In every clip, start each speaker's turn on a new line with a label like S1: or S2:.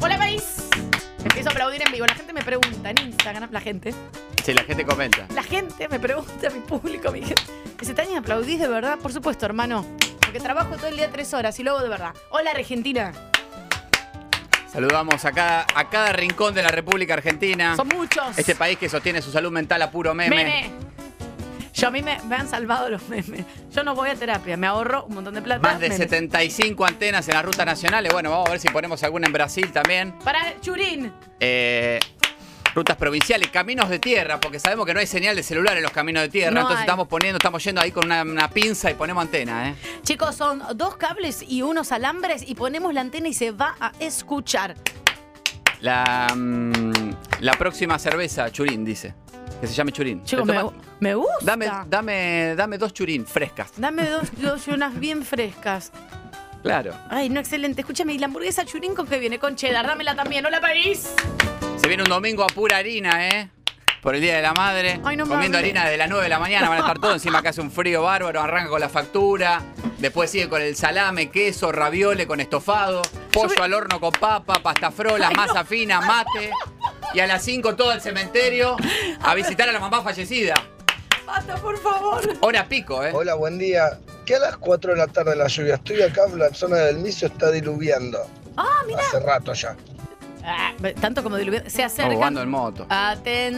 S1: Hola París. Empiezo a aplaudir en vivo. La gente me pregunta en Instagram, la gente,
S2: Si la gente comenta.
S1: la gente me pregunta, mi público, mi gente. Dice, Tania, ¿aplaudís de verdad? Por supuesto, hermano. Porque trabajo todo el día tres horas y luego de verdad. Hola Argentina.
S2: Saludamos a cada, a cada rincón de la República Argentina.
S1: Son muchos.
S2: Este país que sostiene su salud mental a puro meme.
S1: Meme. Yo a mí me, me han salvado los memes. Yo no voy a terapia, me ahorro un montón de plata.
S2: Más de
S1: memes.
S2: 75 antenas en las rutas nacionales. Bueno, vamos a ver si ponemos alguna en Brasil también.
S1: Para Churín.
S2: Eh, rutas provinciales, caminos de tierra, porque sabemos que no hay señal de celular en los caminos de tierra.
S1: No
S2: entonces
S1: hay.
S2: estamos poniendo, estamos yendo ahí con una, una pinza y ponemos antena, ¿eh?
S1: Chicos, son dos cables y unos alambres y ponemos la antena y se va a escuchar.
S2: La, mm, la próxima cerveza, Churín, dice. Que se llame Churín.
S1: Chicos,
S2: ¿Te
S1: me,
S2: tomas?
S1: me gusta.
S2: Dame, dame, dame dos Churín frescas.
S1: Dame dos, dos y unas bien frescas.
S2: Claro.
S1: Ay, no, excelente. Escúchame, ¿y la hamburguesa churín con qué viene? Con cheddar, dámela también. ¡Hola, París!
S2: Se viene un domingo a pura harina, ¿eh? Por el Día de la Madre.
S1: Ay, no me
S2: comiendo
S1: hables.
S2: harina desde las 9 de la mañana, van a estar todos. Encima que hace un frío bárbaro, arranca con la factura. Después sigue con el salame, queso, raviole con estofado, pollo
S1: Yo me-
S2: al horno con papa, pasta frola, masa fina, mate. Y a las 5 todo al cementerio a visitar a la mamá fallecida.
S1: ¡Basta, por favor!
S2: Hora pico, ¿eh?
S3: Hola, buen día. Que a las 4 de la tarde la lluvia? Estoy acá en la zona del Micio, está diluviando.
S1: ¡Ah, mira!
S3: Hace rato ya.
S1: Ah, tanto como diluviando. Se
S2: Estamos
S1: acercan.
S2: jugando en moto.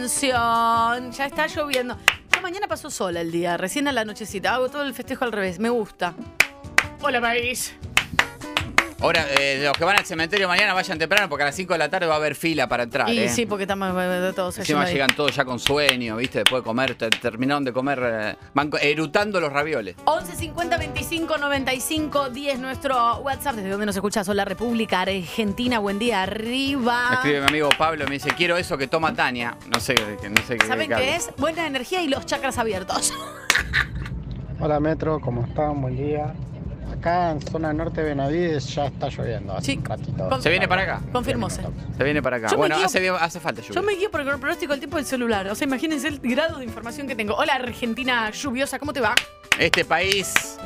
S1: Atención, ya está lloviendo. Yo mañana pasó sola el día, recién a la nochecita. Hago todo el festejo al revés, me gusta. Hola, París.
S2: Ahora, eh, los que van al cementerio mañana vayan temprano porque a las 5 de la tarde va a haber fila para entrar.
S1: Y
S2: ¿eh?
S1: sí, porque estamos eh, todos
S2: Encima
S1: yendo ahí.
S2: llegan todos ya con sueño, ¿viste? Después de comer, te- terminaron de comer, eh, van co- erutando los ravioles.
S1: 11 50 25 95 10, nuestro WhatsApp, desde donde nos escuchas, la República Argentina, buen día,
S2: Me
S1: arriba.
S2: escribe mi amigo Pablo y me dice, quiero eso que toma Tania. No sé, que- no sé
S1: ¿Saben
S2: cable.
S1: qué es? Buena energía y los chakras abiertos.
S4: Hola Metro, ¿cómo están? Buen día. Acá en zona norte de Benavides ya está lloviendo hace
S1: Sí.
S4: un ratito.
S1: Con-
S2: Se viene para acá.
S1: Confirmóse.
S2: Se viene para acá.
S1: Yo me
S2: bueno,
S1: guío-
S2: hace, bien- hace falta lluvia.
S1: Yo me guío por el pronóstico del tiempo del celular. O sea, imagínense el grado de información que tengo. Hola, Argentina lluviosa, ¿cómo te va?
S2: Este país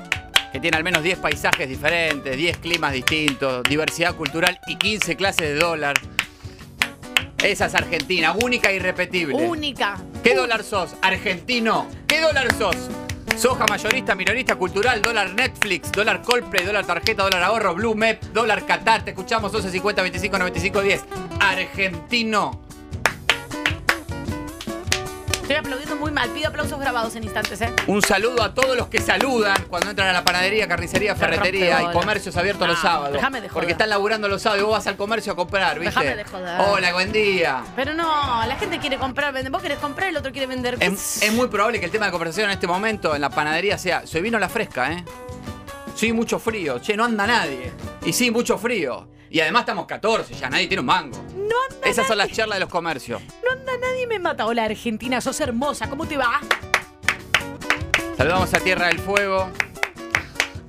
S2: que tiene al menos 10 paisajes diferentes, 10 climas distintos, diversidad cultural y 15 clases de dólar. Esa es Argentina, única e irrepetible.
S1: Única.
S2: ¿Qué dólar sos? Argentino. ¿Qué dólar sos? Soja mayorista, minorista, cultural, dólar Netflix, dólar Coldplay, dólar tarjeta, dólar ahorro, Blue Map, dólar Qatar. Te escuchamos 11 50 25 95 10. Argentino.
S1: Estoy aplaudiendo muy mal. Pido aplausos grabados en instantes, ¿eh?
S2: Un saludo a todos los que saludan cuando entran a la panadería, carnicería, ferretería y
S1: rompebolas.
S2: comercios abiertos los
S1: No,
S2: sábados.
S1: déjame de joder.
S2: Porque están laburando los sábados y vos vas al comercio a comprar, ¿viste?
S1: Déjame de joder.
S2: Hola, buen día.
S1: Pero no, la gente quiere comprar, vende. Vos querés comprar, el otro quiere vender.
S2: Es, es muy probable que el tema de conversación en este momento en la panadería sea, se vino la fresca, ¿eh? Sí, mucho frío, che, no anda nadie. Y sí, mucho frío. Y además estamos 14, ya nadie tiene un mango.
S1: No anda,
S2: Esas son las charlas de los comercios.
S1: no anda nadie me mata. Hola, Argentina, sos hermosa, ¿cómo te va?
S2: Saludamos a Tierra del Fuego.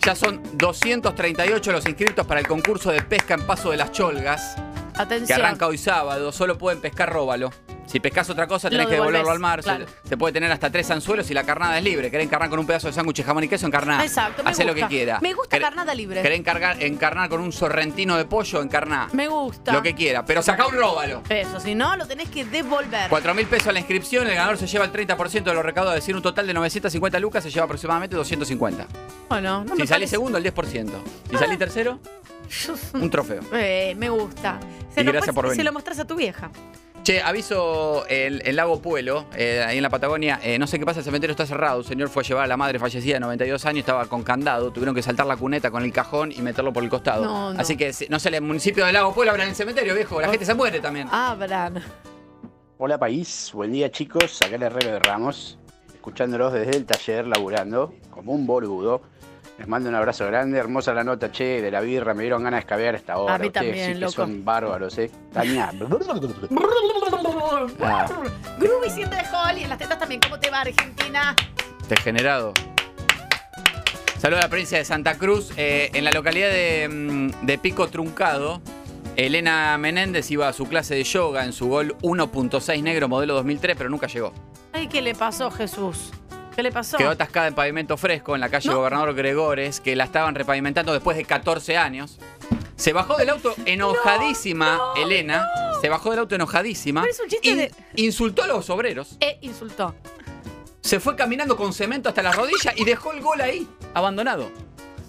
S2: Ya son 238 los inscritos para el concurso de pesca en Paso de las Cholgas, que
S1: Atención.
S2: arranca hoy sábado. Solo pueden pescar róbalo. Si pescas otra cosa, tenés
S1: Lo
S2: que devolverlo
S1: devolvés,
S2: al mar. Se-
S1: claro.
S2: Se, puede tener hasta tres anzuelos y la carnada es libre. ¿Querés encarnar con un pedazo de sándwich de jamón y queso? Encarná.
S1: Exacto, me
S2: Hacé lo
S1: gusta.
S2: que quiera.
S1: Me gusta
S2: ¿Querés-
S1: carnada libre.
S2: ¿Querés encargar- encarnar con un sorrentino de pollo? Encarná.
S1: Me gusta.
S2: Lo que quiera. Pero sacá un róbalo.
S1: Eso, si no, lo tenés que devolver.
S2: 4 mil pesos la inscripción, el ganador se lleva el 30% de los recaudados, es decir, un total de 950 lucas se lleva aproximadamente 250.
S1: Bueno, no
S2: Si
S1: me
S2: salís
S1: parece- Ah.
S2: segundo, el 10%. Si salís tercero, un trofeo.
S1: Eh, me gusta.
S2: Y
S1: lo,
S2: gracias por venir.
S1: se lo mostrás a tu vieja.
S2: Che, aviso el, el lago Puelo, eh, ahí en la Patagonia. eh, no sé qué pasa, el cementerio está cerrado. Un señor fue a llevar a la madre fallecida de 92 años, estaba con candado. Tuvieron que saltar la cuneta con el cajón y meterlo por el costado.
S1: No, Ah. no.
S2: Así que, si- no sé, el municipio del lago Puelo abran el cementerio, viejo. La gente se muere también.
S1: Abran.
S5: Hola país, buen día chicos, acá el Herrero de Ramos, escuchándolos desde el taller, laburando, como un boludo. Les mando un abrazo grande, hermosa la nota, che, de la birra, me dieron ganas de escabear esta hora.
S1: A mí
S5: Ustedes
S1: también,
S5: sí que
S1: loco.
S5: son bárbaros, eh. Tania. Ah.
S1: Groovy siente de Holly en las tetas también. ¿Cómo te va, Argentina?
S2: Degenerado. Saludos a la provincia de Santa Cruz. Eh, en la localidad de, mm, de Pico Truncado, Elena Menéndez iba a su clase de yoga en su gol 1.6 negro modelo 2003, pero nunca llegó.
S1: Ay, ¿qué le pasó, Jesús? ¿Qué le pasó?
S2: Quedó atascada en pavimento fresco en la calle
S1: No.
S2: Gobernador Gregores, que la estaban repavimentando después de 14 años. Se bajó del auto enojadísima, Elena. Se bajó del auto enojadísima.
S1: Pero es un chiste
S2: in-
S1: de-
S2: Insultó a los obreros.
S1: E insultó.
S2: Se fue caminando con cemento hasta la rodilla y dejó el gol ahí, abandonado.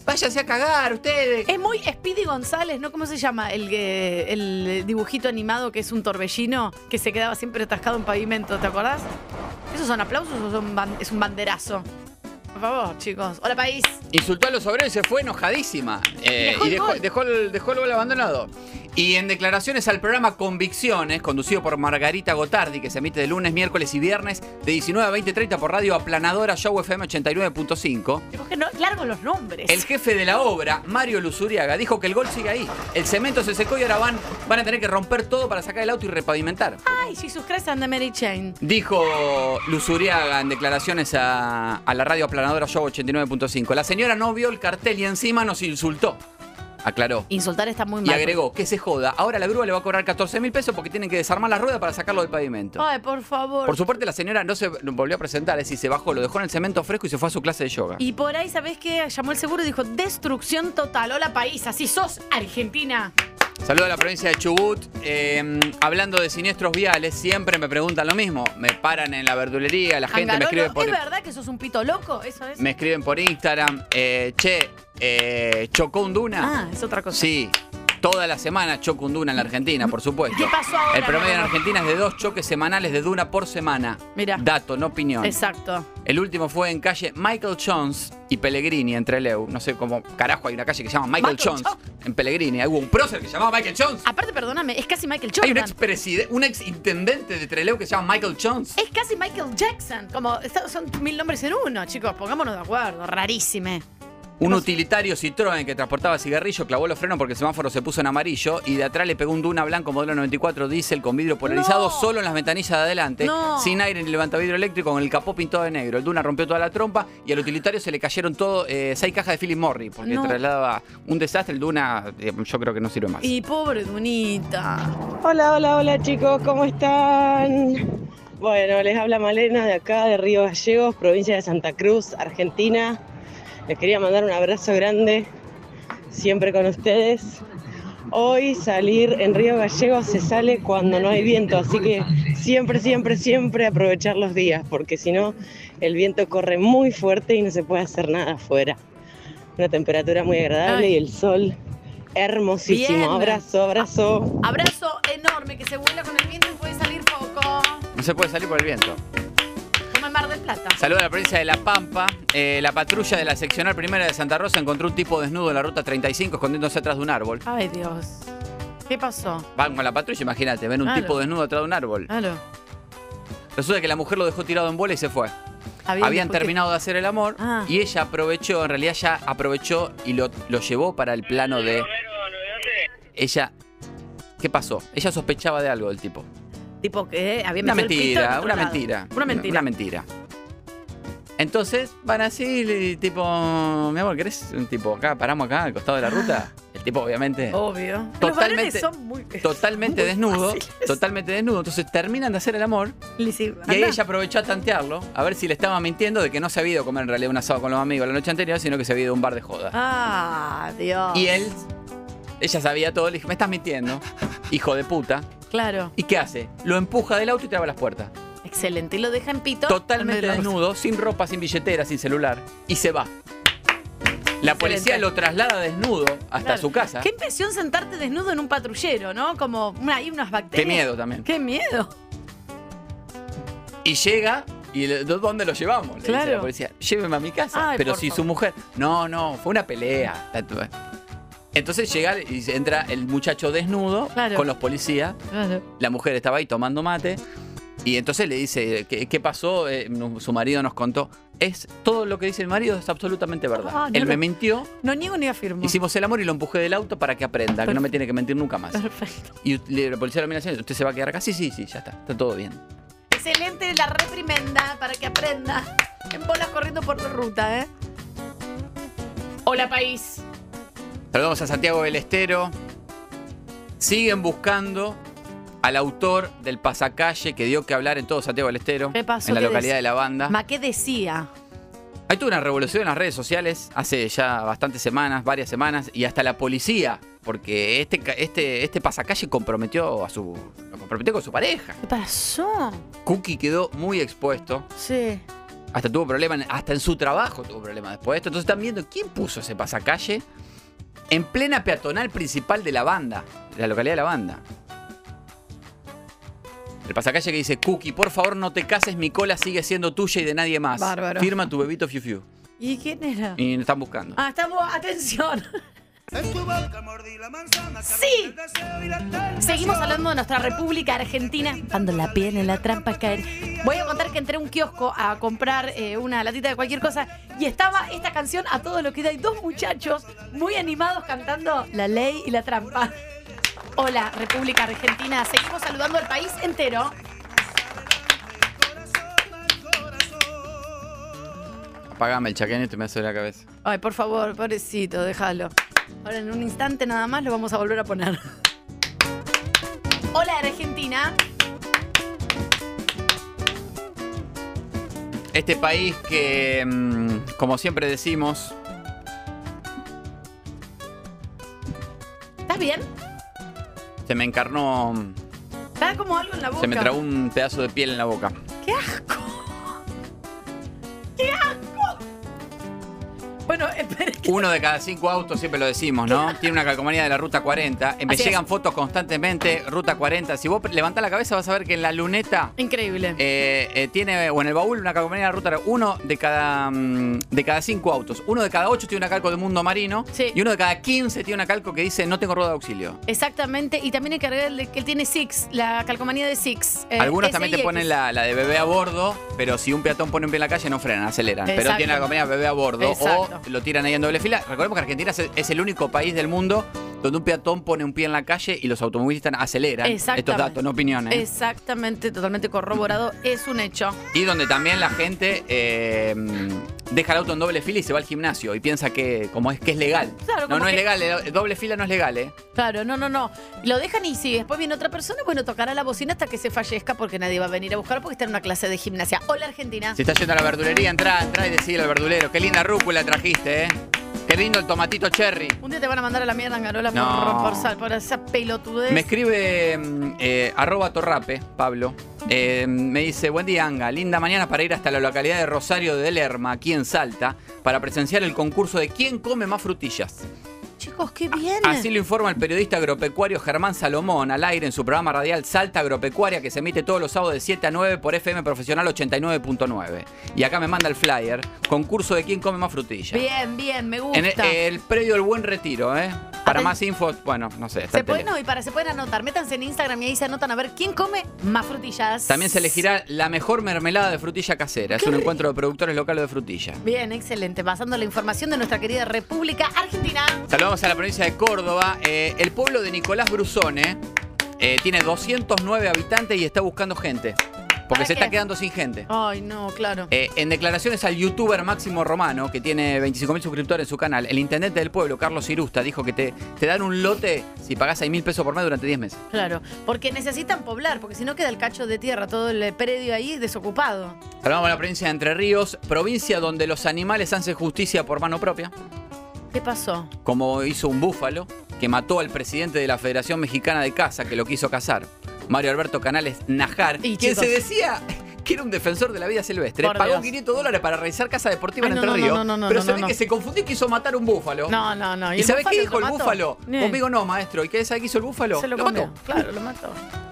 S2: Váyanse a cagar ustedes.
S1: Es muy Speedy González, ¿no? ¿Cómo se llama? El, que- el dibujito animado que es un torbellino que se quedaba siempre atascado en pavimento, ¿te acordás? ¿Esos son aplausos o son ban- es un banderazo? Por favor, chicos. Hola, país.
S2: Insultó a los obreros y se fue enojadísima. Eh,
S1: Dejó
S2: y
S1: el
S2: dejó,
S1: gol.
S2: dejó el, dejó el gol abandonado. Y en declaraciones al programa Convicciones, conducido por Margarita Gotardi, que se emite de lunes, miércoles y viernes, de 19 a 20.30 por radio aplanadora Show FM 89.5,
S1: Tenemos que no, largo los nombres.
S2: el jefe de la obra, Mario Luzuriaga, dijo que el gol sigue ahí. El cemento se secó y ahora van, van a tener que romper todo para sacar el auto y repavimentar.
S1: Ay, Jesus Christ and the Mary Chain.
S2: Dijo Luzuriaga en declaraciones a, a la radio aplanadora Show 89.5. La señora no vio el cartel y encima nos insultó. Aclaró.
S1: Insultar está muy
S2: Y
S1: mal.
S2: agregó que se joda. Ahora la grúa le va a cobrar 14 mil pesos porque tienen que desarmar la rueda para sacarlo del pavimento.
S1: Ay, por favor.
S2: Por su parte, la señora no se volvió a presentar, es decir, se bajó, lo dejó en el cemento fresco y se fue a su clase de yoga.
S1: Y por ahí, ¿sabés qué? Llamó el seguro y dijo, destrucción total. Hola, país, así sos Argentina.
S2: Saludo a la provincia de Chubut. Eh, hablando de siniestros viales, siempre me preguntan lo mismo. Me paran en la verdulería, la gente me
S1: Angarolo,
S2: escribe por,
S1: ¿Es verdad que sos un pito loco? Eso es.
S2: me escriben por Instagram. eh, che, eh, ¿chocó un duna?
S1: Ah, es otra cosa.
S2: Sí, toda la semana choca un duna en la Argentina, por supuesto.
S1: ¿Qué pasó ahora,
S2: El promedio en
S1: Leonardo?
S2: Argentina es de dos choques semanales de duna por semana.
S1: Mirá.
S2: Dato, no opinión.
S1: Exacto.
S2: El último fue en calle Michael Jones y Pellegrini en Trelew. No sé cómo carajo hay una calle que se llama Michael,
S1: Michael
S2: Jones en Pellegrini. Hubo un prócer que se llamaba Michael Jones.
S1: Aparte, perdóname, es casi Michael
S2: Hay un
S1: Jordan.
S2: ex, un ex intendente de Trelew que se llama Michael Jones.
S1: Es casi Michael Jackson. Como está- son mil nombres en uno, chicos. Pongámonos de acuerdo. Rarísime.
S2: Un utilitario Citroën que transportaba cigarrillo clavó los frenos porque el semáforo se puso en amarillo y de atrás le pegó un Duna blanco modelo 94 diésel con vidrio polarizado
S1: No.
S2: solo en las ventanillas de adelante,
S1: No.
S2: sin aire ni levantavidrio eléctrico, con el capó pintado de negro. El Duna rompió toda la trompa y al utilitario se le cayeron todo eh, seis cajas de Philip Morris porque
S1: No.
S2: trasladaba un desastre. El Duna eh, yo creo que no sirve más.
S1: Y pobre Dunita.
S6: Hola, hola, hola chicos, ¿cómo están? Bueno, les habla Malena de acá, de Río Gallegos, provincia de Santa Cruz, Argentina. Les quería mandar un abrazo grande, siempre con ustedes. Hoy salir en Río Gallegos se sale cuando no hay viento, así que siempre, siempre, siempre aprovechar los días, porque si no, el viento corre muy fuerte y no se puede hacer nada afuera. Una temperatura muy agradable
S1: Ay.
S6: y el sol hermosísimo.
S1: Bien.
S6: Abrazo, abrazo.
S1: Abrazo enorme que se vuela con el viento y puede salir poco.
S2: No se puede salir por el viento.
S1: Como en Mar del Plata.
S2: Saluda a la provincia de La Pampa. Eh, la patrulla de la seccional primera de Santa Rosa encontró un tipo desnudo en la ruta 35 escondiéndose atrás de un árbol.
S1: Ay, Dios. ¿Qué pasó?
S2: Van con la patrulla, imagínate, ven un
S1: Claro.
S2: tipo desnudo atrás de un árbol.
S1: Claro.
S2: Resulta que la mujer lo dejó tirado en bola y se fue. Habían terminado de hacer el amor
S1: Ah.
S2: y ella aprovechó, en realidad ya aprovechó y lo, lo llevó para el plano de. Ella. ¿Qué pasó? Ella sospechaba de algo del tipo.
S1: Tipo que eh, había
S2: Una
S1: metido el pito en
S2: mentira,
S1: otro
S2: una
S1: lado.
S2: mentira.
S1: Una mentira.
S2: Una mentira. Entonces van así, y tipo, mi amor, ¿querés un tipo acá? Paramos acá al
S1: Ah.
S2: costado de la ruta. El tipo, obviamente.
S1: Obvio. Los varones
S2: Totalmente-
S1: son muy.
S2: Totalmente
S1: Oh. muy
S2: desnudo,
S1: fáciles.
S2: totalmente desnudo. Entonces terminan de hacer el amor
S1: Le dice,
S2: y ahí
S1: "Andá".
S2: ella aprovechó a tantearlo, a ver si le estaba mintiendo de que no se había ido a comer en realidad un asado con los amigos la noche anterior, sino que se había ido a un bar de joda.
S1: Ah, Dios.
S2: Y él, ella sabía todo, le dijo, me estás mintiendo, hijo de puta.
S1: Claro.
S2: ¿Y qué hace? Lo empuja del auto y traba las puertas.
S1: Excelente. Y lo deja en pito.
S2: Totalmente
S1: en el-
S2: desnudo, sin ropa, sin billetera, sin celular. Y se va. La policía
S1: Excelente.
S2: lo traslada desnudo hasta
S1: Claro.
S2: su casa.
S1: Qué impresión sentarte desnudo en un patrullero, ¿no? Como una, hay unas
S2: Qué
S1: bacterias.
S2: miedo también.
S1: Qué miedo.
S2: Y llega y le- ¿dó- ¿dónde lo llevamos? Le dice
S1: Claro.
S2: la policía, lléveme a mi casa.
S1: Ay,
S2: Pero
S1: por
S2: si su
S1: favor.
S2: mujer. No, no, fue una pelea. Entonces llega y se entra el muchacho desnudo
S1: Claro.
S2: con los policías. La mujer estaba ahí tomando mate. Y entonces le dice, ¿qué, qué pasó? Eh, no- su marido nos contó. Es todo lo que dice el marido es absolutamente verdad.
S1: Ah, no
S2: Él
S1: lo-
S2: me mintió,
S1: No niego ni afirmo.
S2: hicimos el amor y lo empujé del auto para que aprenda, que no me tiene que mentir nunca más.
S1: Perfecto.
S2: Y le- la policía lo mira así, ¿usted se va a quedar acá? Sí, sí, sí, ya está, está todo bien.
S1: Excelente la reprimenda para que aprenda. En bolas corriendo por la ruta, ¿eh? Hola, país.
S2: Saludamos a Santiago del Estero. Siguen buscando al autor del pasacalle que dio que hablar en todo Santiago del Estero,
S1: ¿Qué pasó?
S2: en la
S1: ¿Qué
S2: localidad
S1: des-
S2: de La Banda.
S1: Ma, ¿qué decía?
S2: Hay toda una revolución en las redes sociales hace ya bastantes semanas, varias semanas, y hasta la policía porque este, ca- este, este pasacalle comprometió a su. lo comprometió con su pareja.
S1: ¿Qué pasó?
S2: Cookie quedó muy expuesto.
S1: Sí.
S2: Hasta tuvo problemas, hasta en su trabajo tuvo problemas después de esto. Entonces están viendo quién puso ese pasacalle en plena peatonal principal de la banda, de la localidad de la banda. El pasacalle que dice, Cookie, por favor no te cases, mi cola sigue siendo tuya y de nadie más.
S1: Bárbaro.
S2: Firma tu bebito Fiu Fiu.
S1: ¿Y quién era?
S2: Y nos están buscando.
S1: Ah, estamos. Atención. Sí. Seguimos hablando de nuestra República Argentina. Cuando la piel en la trampa caer. Voy a contar que entré a un kiosco a comprar eh, una latita de cualquier cosa y estaba esta canción a todo lo que da. Y dos muchachos muy animados cantando La ley y la trampa. Hola, República Argentina. Seguimos saludando al país entero.
S2: Apagame el chaquén y te me hace la cabeza.
S1: Ay, por favor, pobrecito, déjalo. Ahora en un instante nada más lo vamos a volver a poner. Hola Argentina.
S2: Este país que, mm, como siempre decimos,
S1: ¿Estás bien?
S2: se me encarnó, mm,
S1: Está como algo en la boca.
S2: se me trabó un pedazo de piel en la boca.
S1: ¡Qué asco! ¡Qué asco! Bueno, espera.
S2: Uno de cada cinco autos, siempre lo decimos, ¿no? Tiene una calcomanía de la Ruta 40. Eh, Me
S1: Así es.
S2: llegan fotos constantemente, Ruta 40. Si vos levantás la cabeza vas a ver que en la luneta
S1: Increíble.
S2: eh, eh, tiene, o en el baúl, una calcomanía de la Ruta Uno de cada, mm, de cada cinco autos. Uno de cada ocho tiene una calco de Mundo Marino.
S1: Sí.
S2: Y uno de cada quince tiene una calco que dice, no tengo rueda de auxilio.
S1: Exactamente, y también hay que agregarle que él tiene Six, la calcomanía de Six. eh,
S2: Algunos
S1: S
S2: también
S1: y
S2: te
S1: X.
S2: ponen la, la de bebé a bordo, pero si un peatón pone un pie en la calle no frenan, aceleran. Pero
S1: Exacto.
S2: tiene la compañía bebé a bordo
S1: Exacto.
S2: o lo tiran ahí en doble fila. Recordemos que Argentina es, es el único país del mundo donde un peatón pone un pie en la calle y los automovilistas aceleran. Estos
S1: Exactamente.
S2: datos, no ¿eh? opiniones.
S1: Exactamente, totalmente corroborado. Es un hecho.
S2: Y donde también la gente eh, deja el auto en doble fila y se va al gimnasio y piensa que como es que es legal.
S1: Claro,
S2: no,
S1: como
S2: no
S1: que-
S2: es legal, el doble fila no es legal, ¿eh?
S1: Claro, no, no, no. Lo dejan y si después viene otra persona, bueno, tocará la bocina hasta que se fallezca porque nadie va a venir a buscar porque está en una clase de gimnasia. Hola Argentina.
S2: Si estás yendo a la verdulería, entra, entra y decile al verdulero, qué linda rúcula trajiste, ¿eh? Qué lindo el tomatito cherry.
S1: Un día te van a mandar a la mierda, Angarola,
S2: No.
S1: por, por, sal- por esa pelotudez.
S2: Me escribe mm, eh, arroba torrape, Pablo. Eh, me dice, buen día Anga, linda mañana para ir hasta la localidad de Rosario de Lerma, aquí en Salta, para presenciar el concurso de quién come más frutillas.
S1: Chicos, qué bien.
S2: Ah, Así lo informa el periodista agropecuario Germán Salomón al aire en su programa radial Salta Agropecuaria que se emite todos los sábados de 7 a 9 por FM Profesional 89.9. Y acá me manda el flyer, concurso de quién come más frutillas.
S1: Bien, bien, me gusta.
S2: En el, eh, el predio del Buen Retiro, ¿eh? Para
S1: Aten-
S2: más info, bueno, no sé. está
S1: se
S2: el
S1: pueden,
S2: teléfono.
S1: no, y para se pueden anotar, métanse en Instagram y ahí se anotan a ver quién come más frutillas.
S2: También se elegirá la mejor mermelada de frutilla casera. Es un encuentro de productores locales de frutilla.
S1: Bien, excelente. Pasando la información de nuestra querida República Argentina.
S2: Saludamos a la provincia de Córdoba. Eh, el pueblo de Nicolás Brusone eh, tiene 209 habitantes y está buscando gente.
S1: ¿Para
S2: Porque se
S1: qué?
S2: está quedando sin gente.
S1: Ay, no, claro.
S2: Eh, en declaraciones al youtuber Máximo Romano, que tiene 25.000 suscriptores en su canal, el intendente del pueblo, Carlos Irusta, dijo que te, te dan un lote si pagás 6.000 pesos por mes durante 10 meses.
S1: Claro, porque necesitan poblar, porque si no queda el cacho de tierra, todo el predio ahí desocupado.
S2: Saludamos a la provincia de Entre Ríos, provincia donde los animales hacen justicia por mano propia.
S1: ¿Qué pasó?
S2: como hizo un búfalo que mató al presidente de la Federación Mexicana de Caza, que lo quiso cazar, Mario Alberto Canales Najar,
S1: Y,
S2: quien
S1: chicos.
S2: se decía que era un defensor de la vida silvestre,
S1: Por
S2: pagó
S1: Dios.
S2: 500 dólares para realizar caza deportiva
S1: Ay,
S2: en
S1: no,
S2: Entre
S1: no,
S2: Ríos,
S1: no, no, no,
S2: pero
S1: no,
S2: se
S1: no,
S2: ve
S1: no.
S2: que se confundió y quiso matar un búfalo.
S1: No, no, no.
S2: Oh. ¿Y,
S1: el
S2: sabés
S1: búfalo
S2: qué dijo
S1: lo
S2: el
S1: mató?
S2: búfalo?
S1: Bien.
S2: Conmigo no, maestro. ¿Y qué sabe qué hizo el búfalo?
S1: Se lo,
S2: lo
S1: comió.
S2: mató.
S1: Claro, lo mató.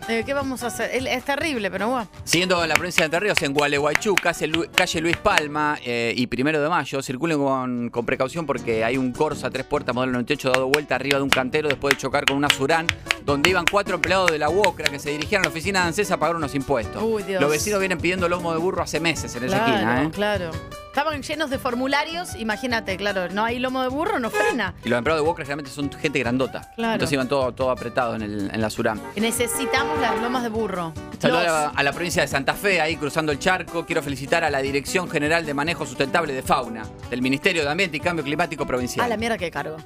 S1: Eh, ¿Qué vamos a hacer? Él- Es terrible, pero bueno.
S2: Siguiendo en la provincia de Entre Ríos, en Gualeguaychú, calle, Lu- calle Luis Palma eh, y Primero de Mayo, circulen con, con precaución porque hay un Corsa tres puertas modelo 98 dado vuelta arriba de un cantero después de chocar con una Surán, donde iban cuatro empleados de la UOCRA que se dirigían a la oficina de ANSES a pagar unos impuestos.
S1: Uy, Dios.
S2: Los vecinos vienen pidiendo lomo de burro hace meses en esa
S1: claro,
S2: esquina, ¿eh?
S1: claro. Estaban llenos de formularios, imagínate, claro, no hay lomo de burro, no frena.
S2: Y los empleados de UOCRA generalmente son gente grandota.
S1: Claro.
S2: Entonces iban todo, todo apretado en, el- en la Surán.
S1: Necesitamos las lomas de burro.
S2: Saludos a
S1: Los-
S2: la, a la provincia de Santa Fe, ahí cruzando el charco. Quiero felicitar a la Dirección General de Manejo
S1: Ah,
S2: Sustentable de Fauna del Ministerio de Ambiente y Cambio Climático Provincial.
S1: a la mierda que cargo.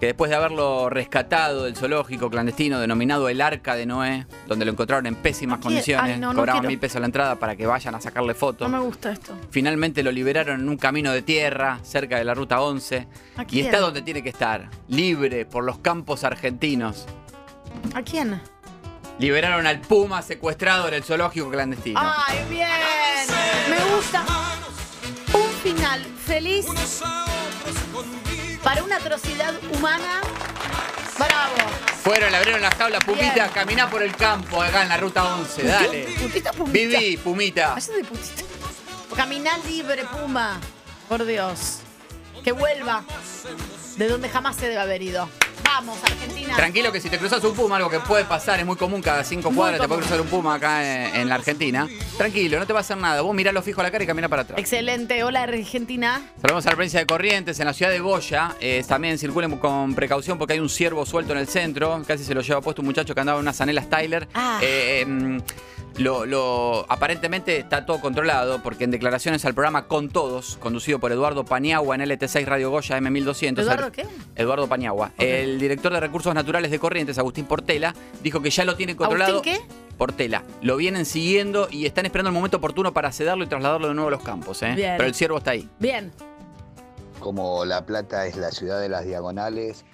S2: que después de haberlo rescatado del zoológico clandestino denominado el Arca de Noé, donde lo encontraron en pésimas
S1: No quiero-
S2: condiciones,
S1: ay, no, no
S2: cobraban
S1: quiero.
S2: mil pesos la entrada para que vayan a sacarle
S1: No
S2: fotos.
S1: me gusta esto.
S2: Finalmente lo liberaron en un camino de tierra cerca de la ruta 11
S1: ¿A
S2: y
S1: quién?
S2: está donde tiene que estar, libre por los campos argentinos.
S1: ¿A quién?
S2: Liberaron al puma secuestrado del zoológico clandestino.
S1: ¡Ay, bien! Me gusta. Un final feliz para una atrocidad humana. ¡Bravo!
S2: Fueron, le abrieron las tablas, Pumita,
S1: Bien.
S2: caminá por el campo acá en la ruta 11, dale.
S1: Putita pumita.
S2: Viví, Pumita.
S1: Vaya de putita. Caminá libre, Puma. Por Dios. Que vuelva de donde jamás se debe haber ido. Vamos, Argentina.
S2: Tranquilo que si te cruzas un puma, algo que puede pasar, es muy común, cada cinco
S1: Muy
S2: cuadras te
S1: común.
S2: puede cruzar un puma acá en, en la Argentina. Tranquilo, no te va a hacer nada. Vos mirá lo fijo a la cara y camina para atrás.
S1: Excelente. Hola, Argentina.
S2: Saludamos a la provincia de Corrientes, en la ciudad de Goya. Eh, también circulen con precaución porque hay un ciervo suelto en el centro. Casi se lo lleva puesto un muchacho que andaba en unas anelas Tyler.
S1: Ah.
S2: Eh, em, lo, lo- aparentemente está todo controlado porque en declaraciones al programa Con Todos, conducido por Eduardo Paniagua en LT6 Radio Goya M1200.
S1: ¿Eduardo
S2: Ar-
S1: qué?
S2: Eduardo Paniagua. El director de Recursos Naturales de Corrientes, Agustín Portela, dijo que ya lo tienen controlado.
S1: ¿Agustín
S2: Portela. Lo vienen siguiendo y están esperando el momento oportuno para sedarlo y trasladarlo de nuevo a los campos. ¿eh?
S1: Bien.
S2: Pero el ciervo está ahí.
S1: Bien.
S7: como La Plata es la ciudad de las diagonales,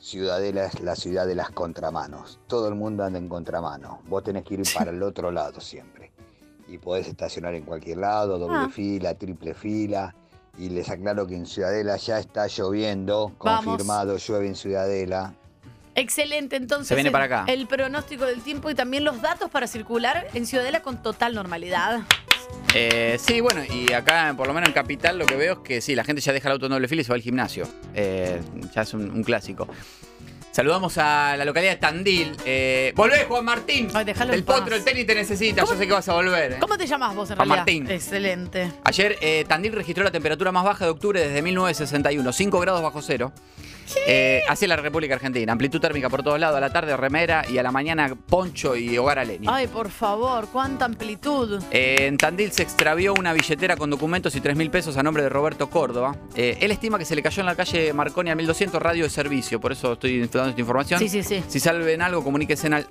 S7: Ciudadela es la ciudad de las contramanos. Todo el mundo anda en contramano. Vos tenés que ir para el otro lado siempre. Y podés estacionar en cualquier lado, doble
S1: Ah.
S7: fila, triple fila. Y les aclaro que en Ciudadela ya está lloviendo.
S1: Vamos.
S7: Confirmado, llueve en Ciudadela.
S1: Excelente, entonces.
S2: Se viene
S1: el-
S2: para acá.
S1: El pronóstico del tiempo y también los datos para circular en Ciudadela con total normalidad.
S2: Eh, sí, bueno, y acá, por lo menos en Capital, lo que veo es que sí, la gente ya deja el auto en doble fila y se va al gimnasio. Eh, ya es un, un clásico. Saludamos a la localidad de Tandil. Eh, volvé, Juan Martín.
S1: Ay, déjalo en
S2: el potro,
S1: paz.
S2: el tenis te necesita.
S1: ¿Cómo-
S2: Yo sé que vas a volver. eh.
S1: ¿Cómo te llamas vos en
S2: Juan
S1: realidad?
S2: Martín.
S1: Excelente.
S2: Ayer eh, Tandil registró la temperatura más baja de octubre desde 1961, 5 grados bajo cero. Eh, así es la República Argentina. Amplitud térmica por todos lados. A la tarde remera y a la mañana poncho y hogar a leña.
S1: Ay, por favor, cuánta amplitud.
S2: Eh, en Tandil se extravió una billetera con documentos y 3 mil pesos a nombre de Roberto Córdoba. Eh, él estima que se le cayó en la calle Marconi al 1200 radio de servicio, por eso estoy dando esta información.
S1: Sí, sí, sí.
S2: Si salven algo, comuníquense al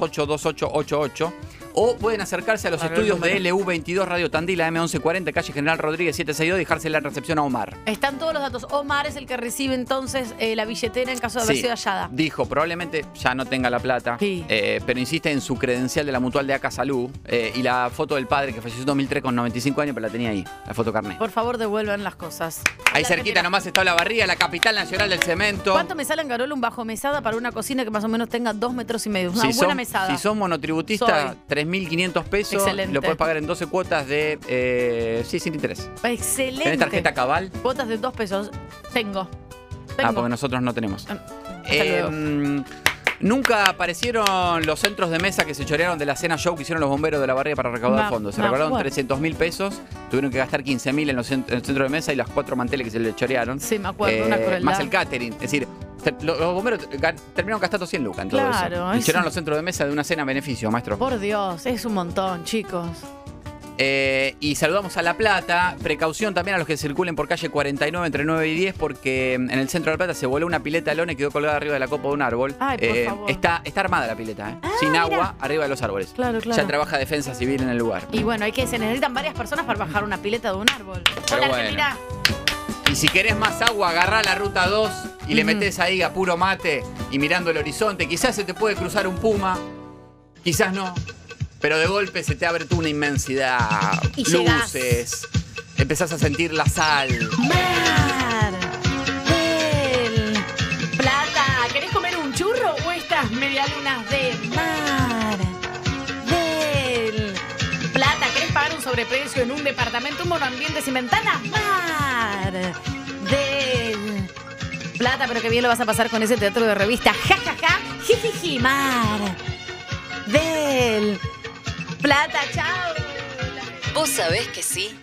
S2: 2494-282888 o pueden acercarse a los
S1: Claro,
S2: estudios
S1: el
S2: de
S1: número.
S2: LU22 Radio Tandil, AM1140, calle General Rodríguez 762 y dejársela en recepción a Omar.
S1: Están todos los datos. Omar es el que recibe entonces eh, la billetera en caso de haber
S2: Sí.
S1: sido hallada.
S2: Dijo, probablemente ya no tenga la plata,
S1: Sí.
S2: eh, pero insiste en su credencial de la mutual de Aca Salud eh, y la foto del padre que falleció en 2003 con 95 años, pero la tenía ahí, la foto carnet.
S1: Por favor, devuelvan las cosas.
S2: Ahí
S1: La
S2: cerquita
S1: Argentina.
S2: nomás está la barría, la capital nacional del cemento.
S1: ¿Cuánto me sale en Garol un bajo mesada para una cocina que más o menos tenga dos metros y medio? Una
S2: si
S1: buena
S2: son-
S1: mesada.
S2: Si son monotributista,
S1: Soy.
S2: 3.500 pesos.
S1: Excelente.
S2: Lo puedes pagar en 12 cuotas de. eh, sí, sin interés.
S1: Excelente.
S2: ¿Tenés tarjeta cabal?
S1: Cuotas de dos pesos. Tengo.
S2: Ah,
S1: Tengo.
S2: porque nosotros no tenemos.
S1: Ah,
S2: Eh,
S1: luego.
S2: mm, Nunca aparecieron los centros de mesa que se chorearon de la cena show que hicieron los bomberos de la barría para recaudar
S1: Me-
S2: fondos. Se
S1: me
S2: recaudaron
S1: acuerdo.
S2: 300 mil pesos, tuvieron que gastar 15 mil en, los cent- en el centro de mesa y las cuatro manteles que se le chorearon. Eh,
S1: Sí, me acuerdo, una crueldad.
S2: Más el catering. Es decir, te- lo- los bomberos te- gan- terminaron gastando 100 lucas en todo
S1: Claro,
S2: eso. Y
S1: eso.
S2: chorearon los centros de mesa de una cena a beneficio, maestro.
S1: Por Dios, es un montón, chicos.
S2: Eh, y saludamos a La Plata. Precaución también a los que circulen por calle 49 entre 9 y 10 porque mm, en el centro de La Plata se voló una pileta de lona y quedó colgada arriba de la copa de un árbol. Eh,
S1: Ay, por favor.
S2: Está, está armada la pileta, ¿eh? sin agua, arriba de los árboles.
S1: Claro, claro.
S2: Ya trabaja defensa civil en el lugar.
S1: Y bueno, hay que se necesitan varias personas para bajar una pileta de un árbol.
S2: Pero
S1: Hola,
S2: bueno.
S1: Argentina.
S2: Y si querés más agua, agarrá la ruta 2 y le
S1: Ujú.
S2: metés ahí a puro mate y mirando el horizonte. Quizás se te puede cruzar un puma, quizás no, pero de golpe se te abre tú una inmensidad.
S1: Y llegás.
S2: luces, empezás a sentir la sal.
S1: Mar del Plata. ¿Querés comer un churro o estas medialunas de Mar del Plata? ¿Querés pagar un sobreprecio en un departamento, un monoambiente sin ventanas? Mar del Plata, pero qué bien lo vas a pasar con ese teatro de revista. Ja, ja, ja, jijiji, Mar del Plata. Chao.
S8: Vos sabés que sí.